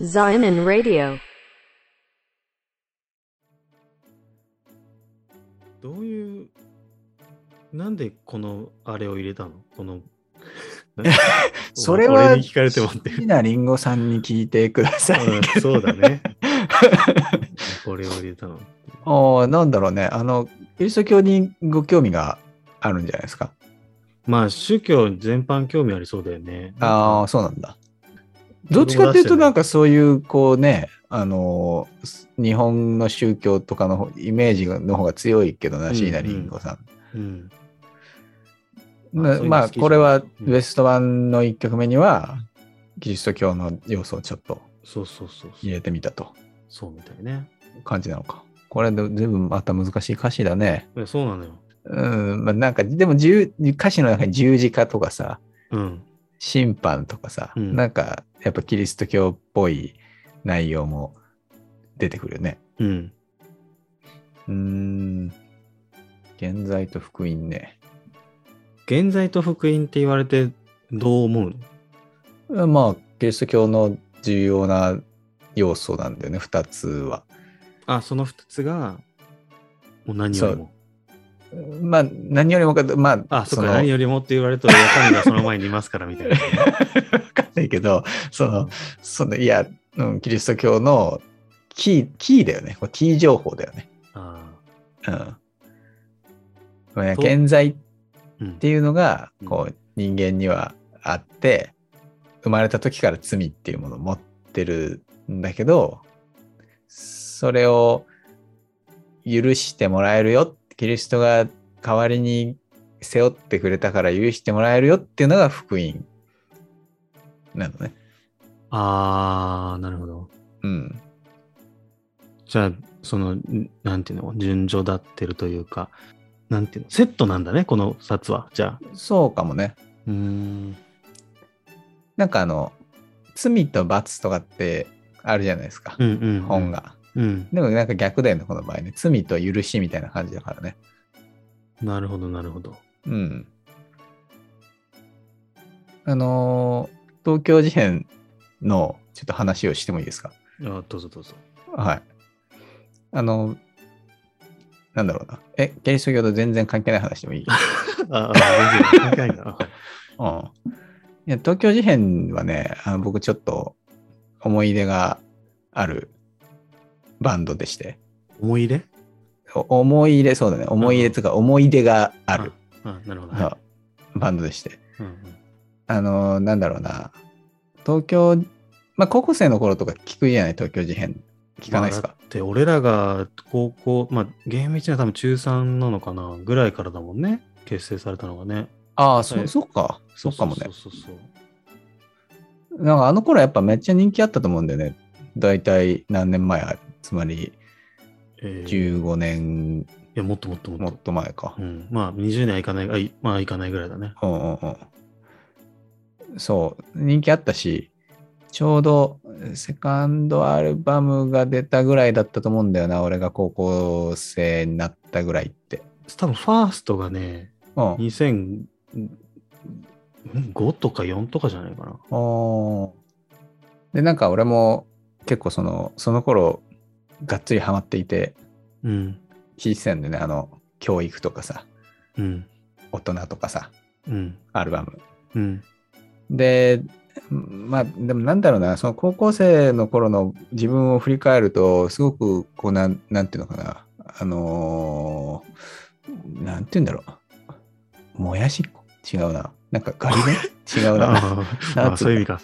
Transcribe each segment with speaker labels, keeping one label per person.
Speaker 1: Zion Radio.
Speaker 2: どういう、なんでこのあれを入れたのこ の、なんか
Speaker 3: それは
Speaker 2: 俺に聞かれてもって。
Speaker 3: 好きなリンゴさんに聞いてください。
Speaker 2: うんそうだね。 これを入れたの。
Speaker 3: ああ、なんだろうね。あの、キリスト教にご興味があるんじゃないですか。
Speaker 2: まあ、宗教全般興味ありそうだよね。
Speaker 3: ああ、そうなんだ。どっちかっていうと、なんかそういう、こうね、あの、日本の宗教とかの方イメージの方が強いけど
Speaker 2: う
Speaker 3: な、
Speaker 2: ん
Speaker 3: 椎名林檎さ
Speaker 2: う
Speaker 3: ん。
Speaker 2: ん。あ
Speaker 3: な
Speaker 2: そういうの
Speaker 3: ま
Speaker 2: 好
Speaker 3: あ、
Speaker 2: きじゃん
Speaker 3: これは
Speaker 2: うん
Speaker 3: ベスト版の1曲目には、キリスト教の要素をちょっと
Speaker 2: そうそうそうそ
Speaker 3: 入
Speaker 2: う。
Speaker 3: れてみたと
Speaker 2: そうみたいね。
Speaker 3: 感じなのか。これで全部また難しい歌詞だね。
Speaker 2: いやそうなのよ。
Speaker 3: うん、まあなんか、でも十歌詞の中に十字架とかさ、
Speaker 2: うん。
Speaker 3: 審判とかさ、
Speaker 2: うん
Speaker 3: なんかやっぱキリスト教っぽい内容も出てくるよね。
Speaker 2: うん。
Speaker 3: うーん。現在と福音ね。
Speaker 2: 現在と福音って言われてどう思うの
Speaker 3: まあ、キリスト教の重要な要素なんだよね、二つは。
Speaker 2: あ、その二つが、もう何よりも。
Speaker 3: まあ、何よりもか、まあ、
Speaker 2: あ、そっ
Speaker 3: の
Speaker 2: か、何よりもって言われると、神がその前にいますからみ たいな。
Speaker 3: わかんないけど、その、その、いや、うん、キリスト教のキー、キーだよね。これキー情報だよね。
Speaker 2: あ
Speaker 3: うん。まあね
Speaker 2: と
Speaker 3: 現在っ
Speaker 2: ーうん
Speaker 3: っていうのが
Speaker 2: うん
Speaker 3: こう人間にはあって生まれた時から罪っていうものを持ってるんだけどそれを許してもらえるよキリストが代わりに背負ってくれたから許してもらえるよっていうのが福音なのね。
Speaker 2: あー、なるほど。
Speaker 3: うん、
Speaker 2: じゃあ、その、んなんていうの、順序立ってるというか、なんていうの、セットなんだね、この2つは。じゃあ。
Speaker 3: そうかもね。
Speaker 2: うーん。
Speaker 3: なんかあの罪と罰とかってあるじゃないですか、
Speaker 2: うんうん、うん。
Speaker 3: 本。が。
Speaker 2: うん。
Speaker 3: でもなんか逆だよねこの場合ね罪と許しみたいな感じだからね。
Speaker 2: なるほど、なるほど。
Speaker 3: うん。あのー東京事変のちょっと話をしてもいいですか
Speaker 2: あどうぞどうぞ。
Speaker 3: はい。あのーなんだろうな。え、キリスト教と全然関係ない話でもい い、
Speaker 2: ああ、全然、関係ないな。
Speaker 3: うん、いや東京事変はね、あの僕ちょっと思い出があるバンドでして、
Speaker 2: 思い入れ
Speaker 3: お思い入れ、そうだね、思い入れというか思い出がある、
Speaker 2: あなるほど。
Speaker 3: は
Speaker 2: はい
Speaker 3: バンドでして。
Speaker 2: い。うんうん
Speaker 3: あのなんだろうな、東京、まあ、高校生の頃とか聞くじゃない、東京事変。聞かないです
Speaker 2: ま
Speaker 3: か
Speaker 2: あ、だって、俺らが高校、まあ、厳密には多分中3なのかな、ぐらいからだもんね、結成されたのがね。
Speaker 3: ああ、そ
Speaker 2: は
Speaker 3: う、
Speaker 2: い
Speaker 3: そっか。そうかもね
Speaker 2: そう。そうそうそう。
Speaker 3: なんかあの頃やっぱめっちゃ人気あったと思うんだよね。だいたい何年前つまり
Speaker 2: えーい
Speaker 3: 15年
Speaker 2: や、もっともっともっと。
Speaker 3: もっと前か
Speaker 2: う。ん、まあ20年はいかないあいまあいかないぐらいだね。
Speaker 3: うんうんうん。そう、人気あったし、ちょうどセカンドアルバムが出たぐらいだったと思うんだよな、俺が高校生になったぐらいって。
Speaker 2: 多分ファーストがね、
Speaker 3: うん。
Speaker 2: 2005とか4とかじゃないかな。
Speaker 3: おでなんか俺も結構そのその頃がっつりハマっていて
Speaker 2: うん。
Speaker 3: 聞いてたんでねあの教育とかさ
Speaker 2: うん。
Speaker 3: 大人とかさ
Speaker 2: うん。
Speaker 3: アルバム
Speaker 2: うん。
Speaker 3: でまあでもなんだろうなその高校生の頃の自分を振り返るとすごくこうなんなんていうのかなあのーなんていうんだろうもやしっこ違うななんかガリベン違 うな
Speaker 2: ああああそういう意味か。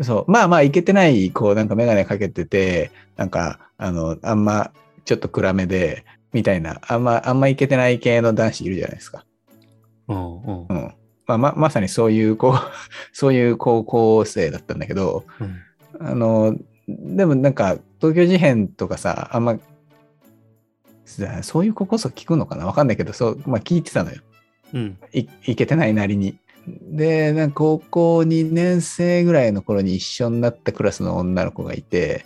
Speaker 3: そう。まあまあ、いけてない、こう、なんかメガネかけてて、なんか、あの、あんま、ちょっと暗めで、みたいな、あんま、あんまいけてない系の男子いるじゃないですか。
Speaker 2: うん。うん。
Speaker 3: うん。まあ、ままさにそういう、こう、 そういう高校生だったんだけど、
Speaker 2: うん。
Speaker 3: あの、でもなんか、東京事変とかさ、あんま、さそういう子こそ聞くのかなわかんないけど、そう、まあ聞いてたのよ。
Speaker 2: うん。
Speaker 3: いいけてないなりに。でなんか高校2年生ぐらいの頃に一緒になったクラスの女の子がいて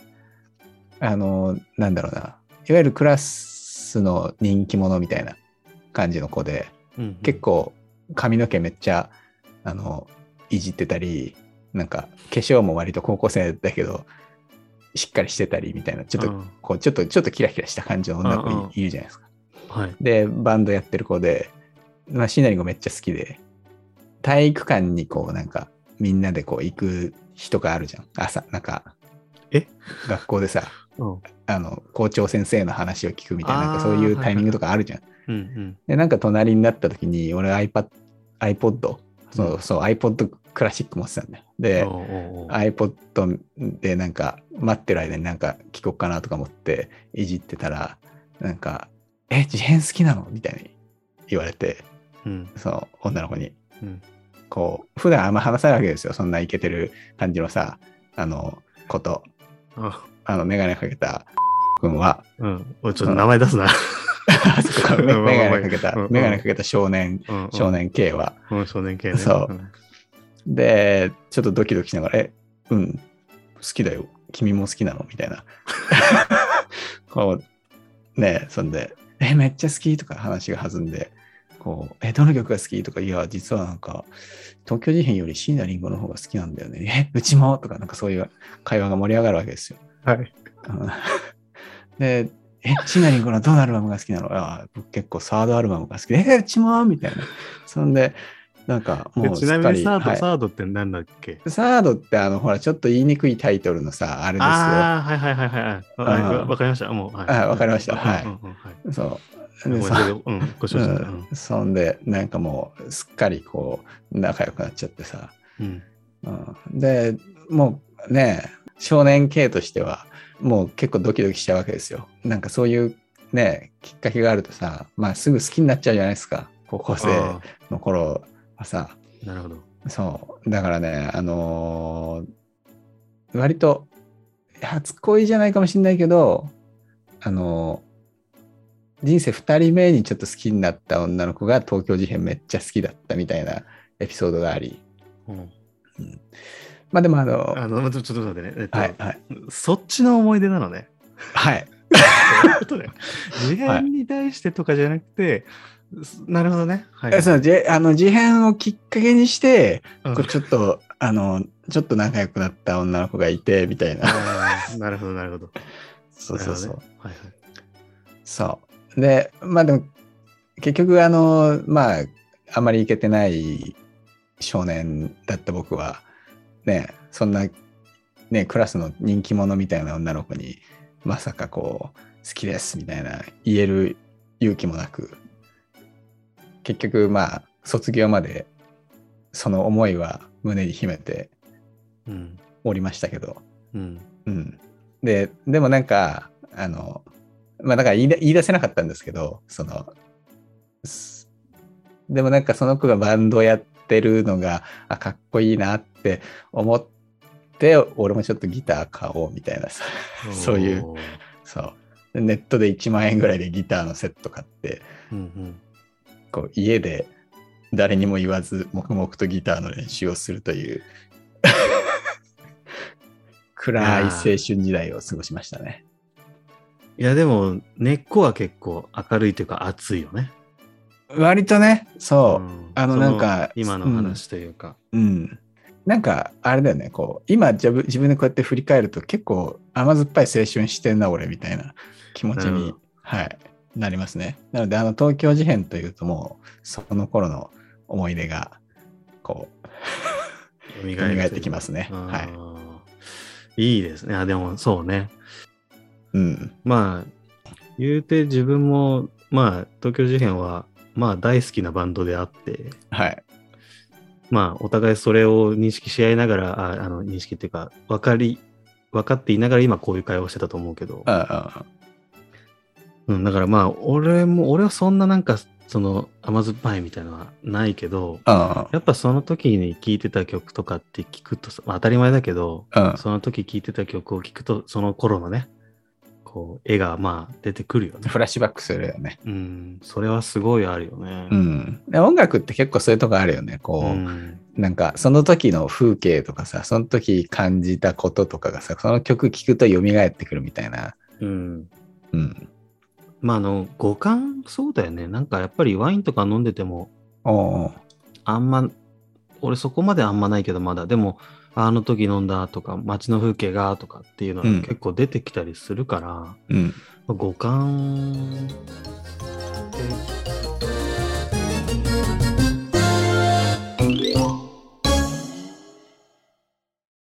Speaker 3: あのなんだろうないわゆるクラスの人気者みたいな感じの子で
Speaker 2: うん
Speaker 3: 結。構髪の毛めっちゃあのいじってたりなんか化粧も割と高校生だけどしっかりしてたりみたいな、ちょっと、
Speaker 2: うん
Speaker 3: こう、ちょっと、ちょっとキラキラした感じの女の子い,、
Speaker 2: うんうん
Speaker 3: いるじゃないですか。
Speaker 2: はい。
Speaker 3: で、バンドやってる子で、まあ、シナリンゴめっちゃ好きで、体育館にこう、なんか、みんなでこう、行く日とかあるじゃん。朝、なんか、
Speaker 2: え
Speaker 3: 学校でさ、
Speaker 2: うん。
Speaker 3: あの、校長先生の話を聞くみたいな、なんか
Speaker 2: あー
Speaker 3: そういうタイミングとかあるじゃん。
Speaker 2: うんうん。
Speaker 3: で、なんか隣になった時に、俺 iPad、iPod、そううそう、iPod クラシック持ってたんだよ。で、
Speaker 2: おうおうおう
Speaker 3: iPod でなんか待ってる間になんか聞こっかなとか思っていじってたらなんか「え自変好きなの?」みたいに言われて
Speaker 2: うん
Speaker 3: その女の子に
Speaker 2: うん
Speaker 3: こう普段あんま話さないわけですよそんなイケてる感じのさあのこと
Speaker 2: あ
Speaker 3: あの眼鏡かけた 君は
Speaker 2: うん。おいちょっと名前出すな。
Speaker 3: あそこ眼
Speaker 2: うんまあまあ
Speaker 3: 鏡かけた
Speaker 2: うんうん
Speaker 3: 眼鏡かけた少年
Speaker 2: うんうん
Speaker 3: 少年 K は
Speaker 2: うん少年系ね。
Speaker 3: そうんでちょっとドキドキしながら「えうん好きだよ君も好きなの?」みた いなこうねそんで「えめっちゃ好き」とか話が弾んで「こうえどの曲が好き?」とか「いや実はなんか東京事変より椎名林檎の方が好きなんだよねえうちも」とかなんかそういう会話が盛り上がるわけですよ。
Speaker 2: はい。
Speaker 3: うんで「え椎名林檎のどのアルバムが好きなのああ僕結構サードアルバムが好きで「えうちも」みたいなそんでなんかも
Speaker 2: で
Speaker 3: う
Speaker 2: ち
Speaker 3: す
Speaker 2: な
Speaker 3: っ
Speaker 2: み
Speaker 3: か
Speaker 2: に
Speaker 3: り
Speaker 2: サード、
Speaker 3: はい
Speaker 2: サードって何だっけ
Speaker 3: サードってあのほらちょっと言いにくいタイトルのさあれで
Speaker 2: ああ、はいはいはいはいはい。わ
Speaker 3: あー
Speaker 2: わわかりました。もう。はい
Speaker 3: あわかりました
Speaker 2: うん
Speaker 3: はい
Speaker 2: うんうんはい
Speaker 3: すよ。
Speaker 2: ご
Speaker 3: そう
Speaker 2: め
Speaker 3: で
Speaker 2: んな
Speaker 3: そ
Speaker 2: さいうんご承知だったうん
Speaker 3: うんそんでなんかもうすっかりこう仲良くなっちゃってさ、
Speaker 2: うん
Speaker 3: うん、でもうね少年系としてはもう結構ドキドキしちゃうわけですよ。なんかそういうねきっかけがあるとさ、まあ、すぐ好きになっちゃうじゃないですか高校生
Speaker 2: あ
Speaker 3: の頃はさ。
Speaker 2: ーなるほど。
Speaker 3: そう。だからね、あのー割と、初恋じゃないかもしれないけど、あのー人生2人目にちょっと好きになった女の子が東京事変めっちゃ好きだったみたいなエピソードがあり。
Speaker 2: うん
Speaker 3: まあでもあの、
Speaker 2: あの、ちょちょっと待ってね。えっと
Speaker 3: はい、はい、
Speaker 2: そっちの思い出なの ね。
Speaker 3: はい。
Speaker 2: そういうことね。事変に対してとかじゃなくて、すなるほどね。はい
Speaker 3: え。そう、じあの、事変をきっかけにして、
Speaker 2: うん
Speaker 3: こうちょっと、あの、ちょっと仲良くなった女の子がいて、みたいな。
Speaker 2: あー なるほど、なるほど。
Speaker 3: そうそうそ
Speaker 2: な
Speaker 3: う
Speaker 2: る。ほどね。はいはい。
Speaker 3: そう。で、まあでも、結局、あの、まあ、あまりいけてない少年だった僕は、ね、そんな、ね、クラスの人気者みたいな女の子に、まさかこう、好きですみたいな言える勇気もなく、結局、まあ、卒業まで、その思いは胸に秘めて
Speaker 2: うん。
Speaker 3: おりましたけど、
Speaker 2: うん。
Speaker 3: うん。で、でもなんか、あの、まあだから言いだ言い出せなかったんですけど、その、すでもなんかその子がバンドやってるのが、あ、かっこいいなって思って、俺もちょっとギター買おうみたいなさ、 そういう
Speaker 2: おー。
Speaker 3: そう。でネットで1万円ぐらいでギターのセット買って、
Speaker 2: うんうん。
Speaker 3: こう家で誰にも言わず黙々とギターの練習をするという 暗い青春時代を過ごしましたね。
Speaker 2: いや、でも、根っこは結構明るいというか熱いよね。
Speaker 3: 割とね、そう、
Speaker 2: ん
Speaker 3: あの
Speaker 2: そ
Speaker 3: なんか
Speaker 2: 今の話というか。
Speaker 3: うん。なんか、あれだよね、こう、今自分、自分でこうやって振り返ると、結構甘酸っぱい青春してんな、俺、みたいな気持ち
Speaker 2: なる
Speaker 3: に
Speaker 2: ほ、
Speaker 3: はい、なりますね。なので、あの、東京事変というと、もう、その頃の思い出が、こ
Speaker 2: 蘇
Speaker 3: う、蘇ってきますすね。はい。
Speaker 2: い。いいですね。あ、でも、そうね。
Speaker 3: うん。
Speaker 2: まあ、言うて自分も、まあ、東京事変は、まあ、大好きなバンドであって、
Speaker 3: はい。
Speaker 2: まあ、お互いそれを認識し合いながら、ああの認識っていうか、分かり、分かっていながら今こういう会話をしてたと思うけど、
Speaker 3: うんうん
Speaker 2: うん、だからまあ、俺も、俺はそんななんか、その甘酸っぱいみたいなのはないけど、
Speaker 3: うん
Speaker 2: やっぱその時に聴いてた曲とかって聞くとさ、まあ、当たり前だけど、
Speaker 3: うん。
Speaker 2: その時聴いてた曲を聴くと、その頃のね、こう、絵がまあ出てくるよね。
Speaker 3: フラッシュバックするよね。
Speaker 2: うん、それはすごいあるよね。
Speaker 3: うん。で音楽って結構そういうとこあるよね。こう、
Speaker 2: うん
Speaker 3: なんかその時の風景とかさその時感じたこととかがさその曲聴くと蘇ってくるみたいな
Speaker 2: うん。
Speaker 3: うん
Speaker 2: まあ、あの、五感、そうだよね。なんかやっぱりワインとか飲んでても、
Speaker 3: おうおう
Speaker 2: あんま俺そこまであんまないけどまだでもあの時飲んだとか街の風景がとかっていうのは
Speaker 3: うん
Speaker 2: 結構出てきたりするから、
Speaker 3: うん。
Speaker 2: 五感って